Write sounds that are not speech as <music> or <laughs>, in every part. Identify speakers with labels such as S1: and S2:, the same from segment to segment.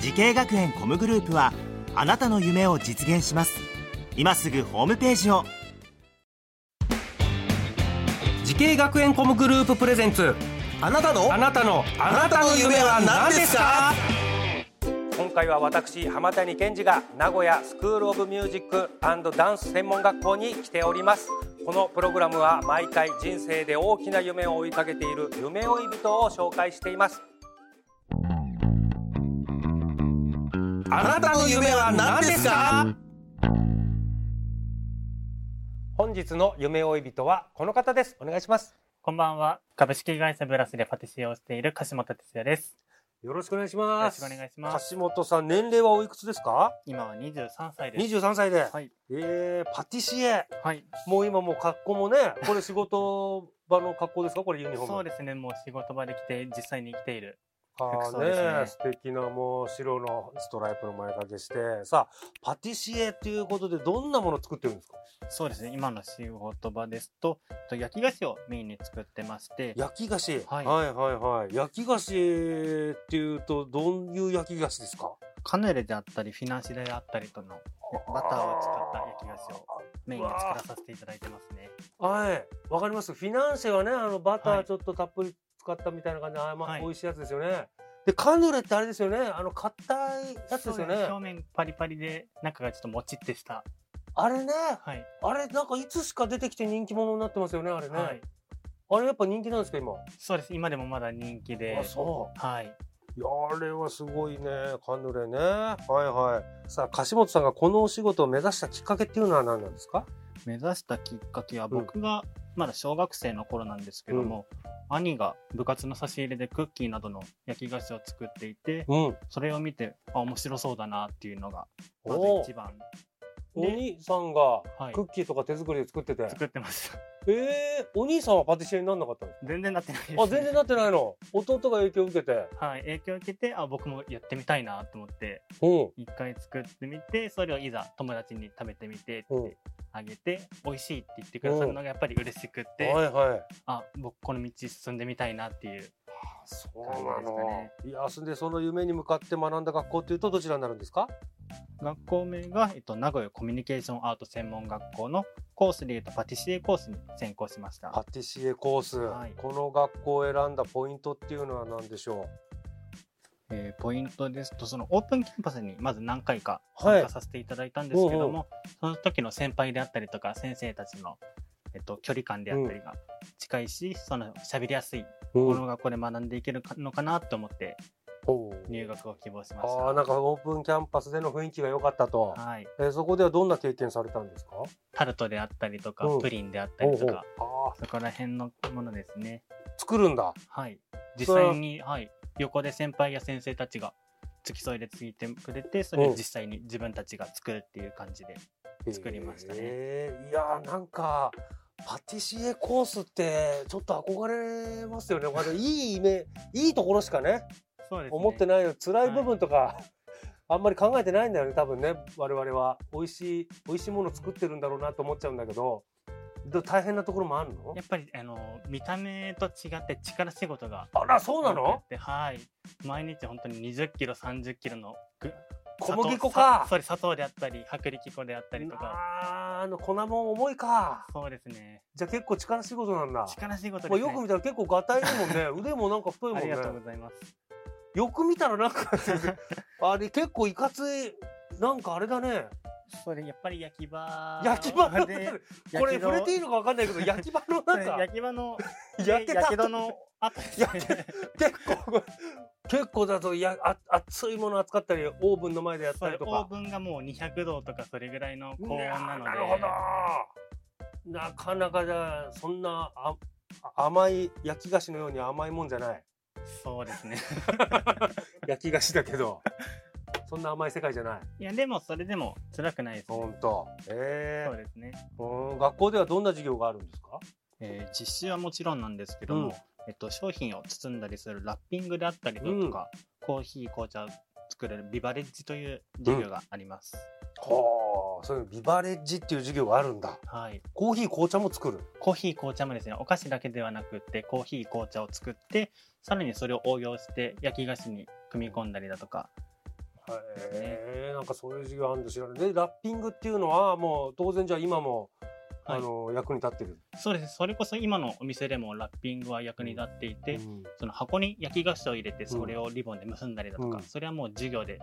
S1: 時系学園コムグループはあなたの夢を実現します今すぐホームページを
S2: 時系学園コムグループプレゼンツ
S3: あなたの
S2: あなたのあ
S3: なたの夢は何ですか
S2: 今回は私浜谷健二が名古屋スクールオブミュージックダンス専門学校に来ておりますこのプログラムは毎回人生で大きな夢を追いかけている夢追い人を紹介しています
S3: あなたの夢は何ですか
S2: 本日の夢追い人はこの方ですお願いします
S4: こんばんは。株式会社ブラスでパティシエをしている樫本哲也です。
S2: よろしくお願いします
S4: よろしくお願いします
S2: 橋本さん年齢はおいくつですか
S4: 今は23歳です。
S2: 23歳で、
S4: はい。
S2: えー、パティシエ
S4: はい。
S2: もう今もう格好も
S4: <laughs>
S2: ね、これ仕事場の格好ですかこれユニフォーム。
S4: そうですね。もう仕事場で来て、実際に来ている。
S2: あー
S4: 服装ですね
S2: ね素敵なもう白のストライプの前掛けして、さあ、パティシエということでどんなものを作ってるんですか
S4: そうですね。今の仕事場ですと、と焼き菓子をメインに作ってまして、
S2: 焼き菓子、は。
S4: はいい
S2: はいはい焼き菓子っていうとどういう焼き菓子ですか
S4: カヌレであったり、フィナンシェであったりとのバターを使った焼き菓子をメインに作らさせていただいてますね。
S2: はい。わかります。フィナンシェはね、あのバタ
S4: は
S2: ー
S4: い
S2: ちょっとたっぷり使ったみたいな感じで、あーまあ
S4: はい
S2: 美味しいやつですよね。で、カヌレってあれですよね。あの硬いやつです
S4: そう
S2: よ
S4: で
S2: ね
S4: すね。。表面パリパリで、中がちょっともちってした。
S2: あれね、
S4: はい。
S2: あれなんかいつしか出てきて人気者になってますよねあれね、
S4: はい。
S2: あれやっぱ人気なんですか今、
S4: そうです。今でもまだ人気で
S2: あ。そ
S4: はい。
S2: ういやあれはすごいねカヌレねはいはいさあ樫本さんがこのお仕事を目指したきっかけっていうのは何なんですか
S4: 目指したきっかけは
S2: ん
S4: 僕がまだ小学生の頃なんですけども、兄が部活の差し入れでクッキーなどの焼き菓子を作っていて
S2: うん
S4: それを見てあ面白そうだなっていうのがまず
S2: おお
S4: 一番
S2: お兄さんが
S4: はい
S2: クッキーとか手作りで作ってて、
S4: 作ってました
S2: ええお兄さんはパティシエになんなかったの
S4: <laughs> 全然なってないです、
S2: あ全然なってないの弟が影響を受けて
S4: はい影響を受けてあ僕もやってみたいなと思って
S2: うん
S4: 一回作ってみてそれをいざ友達に食べてみてって
S2: うん
S4: あげて、美味しいって言ってくださるのがやっぱり嬉しくって、
S2: はいはい
S4: あ僕この道進んでみたいなっていう
S2: そうな
S4: なの
S2: の、いやそんでその夢に向かって学んだ学校っていうとどちらになるんですか
S4: 学校名が、えっと、名古屋コミュニケーションアート専門学校のコースでいうとパティシエコースに専攻しました。
S2: パティシエコース、
S4: はい
S2: この学校を選んだポイントっていうのは何でしょ
S4: えーポイントですとそのオープンキャンパスにまず何回か
S2: はい
S4: 参加させていただいたんですけども、
S2: おう
S4: その時の先輩であったりとか先生たちの、えっと、距離感であったりが近いし、その喋りやすい、
S2: う、
S4: この学校で学んでいけるかのかなと思って
S2: おう
S4: 入学を希望しました。
S2: ああなんかオープンキャンパスでの雰囲気が良かったと、
S4: はい、
S2: えーそこではどんな経験されたんですか
S4: タルトであったりとか、
S2: うん
S4: プリンであったりとか、
S2: おうおうあ
S4: そこら辺のものですね。
S2: ー作るんだ
S4: はい。実
S2: それは
S4: 際に、はい。横で先輩や先生たちが付き添いでついてくれて、それ
S2: うん
S4: を実際に自分たちが作るっていう感じで。作りましたね
S2: えーいやーなんかパティシエコースってちょっと憧れますよね、まあ、でもいいイメ
S4: <laughs>
S2: いいところしかね
S4: そうですね。
S2: 思ってないよ辛い部分とか、あんまり考えてないんだよね多分ね我々は美味しい美味しいもの作ってるんだろうなと思っちゃうんだけどで大変なところもあるの
S4: やっぱり、あの、見た目と違って力仕事が。
S2: あらそうなの
S4: 多くてはい。毎日本当に20キロ、30キロのぐ
S2: 小麦粉
S4: 砂糖さ
S2: か
S4: それ砂糖であったり、薄力粉であったりとか。
S2: あーあの粉もん重いか
S4: そうですね。
S2: じゃあ結構力仕事なんだ、
S4: 力仕事
S2: ま
S4: で
S2: あ、
S4: す
S2: よ
S4: ね。
S2: く見たら結構ガタイだもんね
S4: <laughs>
S2: 腕もなんか太いも
S4: あ
S2: ん
S4: り
S2: ね
S4: がとうございます。
S2: よく見たらなん
S4: <laughs>
S2: かあれ結構いかついなんかあれだね
S4: それやっぱり焼き場
S2: 焼き場の
S4: で
S2: <laughs> これ触れていい
S4: の
S2: のかわかんないけど焼き場のなんか
S4: <laughs> 焼き場の
S2: <laughs> 焼けた
S4: やけどの後ですね
S2: 結構結構だとやあ熱いもの扱ったりオーブンの前でやっ
S4: <laughs> そ
S2: た
S4: れ
S2: りと
S4: オー
S2: か
S4: ブンがもう200度とかそれぐらいの
S2: い
S4: 高温
S2: や
S4: な
S2: ー
S4: ので
S2: なるほどなかなかじゃあそんなああ甘い焼き菓子のように甘いもんじゃない
S4: そうですね
S2: 焼き菓子だけどそんな甘い世界じゃない
S4: <laughs> いやでもそれでも辛くないです、ね、
S2: 本当え
S4: そうですね、
S2: えうん学校ではどんな授業があるんですか
S4: えー実習はもちろんなんですけど
S2: う
S4: も、
S2: ん
S4: えっと、商品を包んだりするラッピングであったりだとか、コーヒー紅茶を作れるビバレッジという授業があります、
S2: はあそういうビバレッジっていう授業があるんだ
S4: はい
S2: コーヒー紅茶も作る
S4: コーヒー紅茶もですねお菓子だけではなくってコーヒー紅茶を作ってさらにそれを応用して焼き菓子に組み込んだりだとか
S2: へえなんかそういう授業あるんで知らないでラッピングっていうのはもう当然じゃあ今も、
S4: はい
S2: あの役に立ってる
S4: そうですそれこそ今のお店でもラッピングは役に立っていて、
S2: うん
S4: その箱に焼き菓子を入れてそれをリボンで結んだりだとか、
S2: うん
S4: それはもう授業で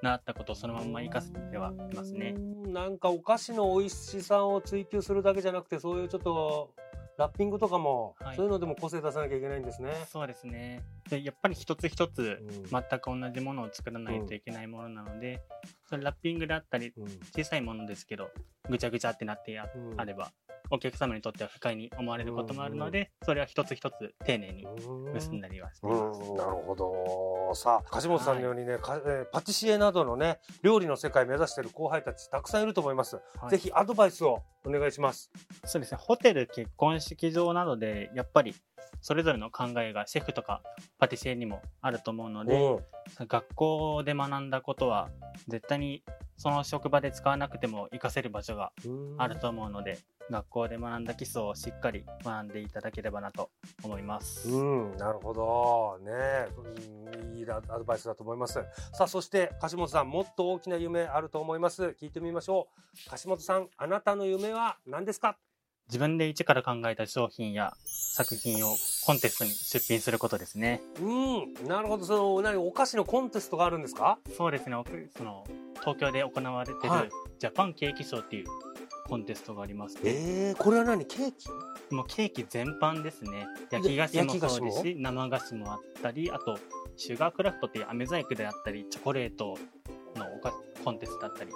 S4: 習ったことをそのまんま活かせてはいますね、
S2: うんなんかお菓子の美味しさを追求するだけじゃなくてそういうちょっとラッピングとかも、
S4: はい
S2: そういうのでも個性出さなきゃいけないんですね。
S4: そうですねでやっぱり一つ一つ
S2: うん
S4: 全く同じものを作らないといけないものなので、それラッピングであったり
S2: うん
S4: 小さいものですけどぐちゃぐちゃってなってや
S2: うん
S4: あればお客様にとっては不快に思われることもあるので、それは一つ一つ丁寧に結んだりはしています、
S2: うんなるほどさあ梶本さんのようにね、かえーパティシエなどのね料理の世界目指してる後輩たちたくさんいると思います、
S4: はい
S2: ぜひアドバイスをお願いします
S4: そうですねホテル結婚式場などでやっぱりそれぞれの考えがシェフとかパティシエにもあると思うので、
S2: うん
S4: 学校で学んだことは絶対にその職場で使わなくても活かせる場所があると思うので、学校で学んだ基礎をしっかり学んでいただければなと思います、
S2: うん、なるほど。ねえ、うんいいアドバイスだと思います。さあ、そして、樫本さん、もっと大きな夢あると思います。聞いてみましょう。樫本さん、あなたの夢は何ですか
S4: 自分で一から考えた商品や作品をコンテストに出品することですね
S2: うん、なるほど。その、何、お菓子のコンテストがあるんですか
S4: そうですね僕その東京で行われてる、
S2: はい
S4: ジャパンケーキショーっていうコンテストがありまして、
S2: ええこれは何ケーキ
S4: もうケーキ全般ですね焼き菓子も
S2: 焼き菓子
S4: そう
S2: も
S4: ですし生菓子もあったりあとシュガークラフトっていう飴細工であったりチョコレートのおかコンテストだったり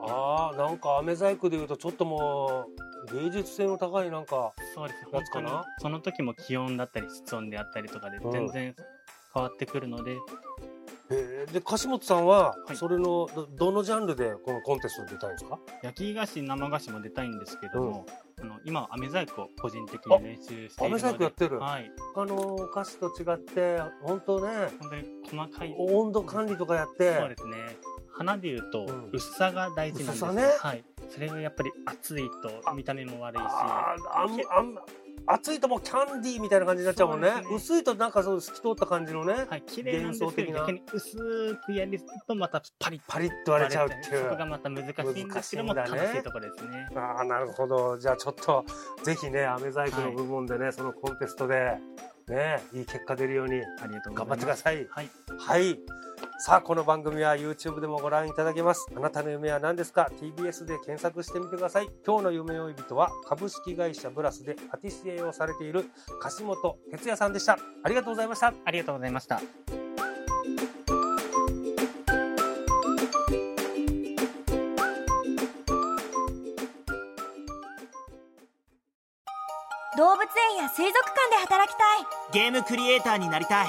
S2: ああ、なんか、飴細工で言うと、ちょっともう、芸術性の高い、なんか、
S4: そうですね
S2: や
S4: 本
S2: つ
S4: 当
S2: かな
S4: にその時も気温だったり室温であったりとかで
S2: うん
S4: 全然変わってくるので、
S2: ええで、樫本さんは、
S4: はい
S2: それの、どどのジャンルでこのコンテストに出たいんですか
S4: 焼き菓子生菓子も出たいんですけども、あの今は飴細工を個人的に練習しているの
S2: 飴
S4: で
S2: 細工やってる
S4: はい
S2: 他のお菓子と違って、本当ね、
S4: 本当に細かい
S2: 温度管理とかやっ
S4: そう
S2: て
S4: で、すね花でいうと
S2: うん
S4: 薄さが大事なんですよ
S2: 薄さね
S4: はい、それがやっぱり熱いと見た目も悪いし
S2: あーあんあん熱いともうキャンディーみたいな感じになっちゃうもんね
S4: そうですね
S2: 薄いとなんかそう透き通った感じのね、
S4: はい綺麗なんですけ
S2: 幻
S4: ど
S2: 想
S4: 逆
S2: 的
S4: に薄くやりすぎるとまたパリッ
S2: パリッと割れちゃうってい
S4: そこが
S2: う。
S4: また難しいんですけども
S2: 難しいんだね
S4: 楽しいところですね
S2: ああなるほどじゃあちょっとぜひね飴細工の部門でね、そのコンテストでねいい結果出るように
S4: ありがとうご
S2: 頑
S4: ざ
S2: 張
S4: いま
S2: っ
S4: す
S2: てください。
S4: はい
S2: はい。さあ、この番組は YouTube でもご覧いただけます。あなたの夢は何ですか ?TBS で検索してみてください。今日の夢追い人は株式会社ブラスでパティシエをされている樫本哲也さんでした。ありがとうございました。
S4: ありがとうございました
S5: 動物園や水族館で働きたい
S1: ゲームクリエイターになりたい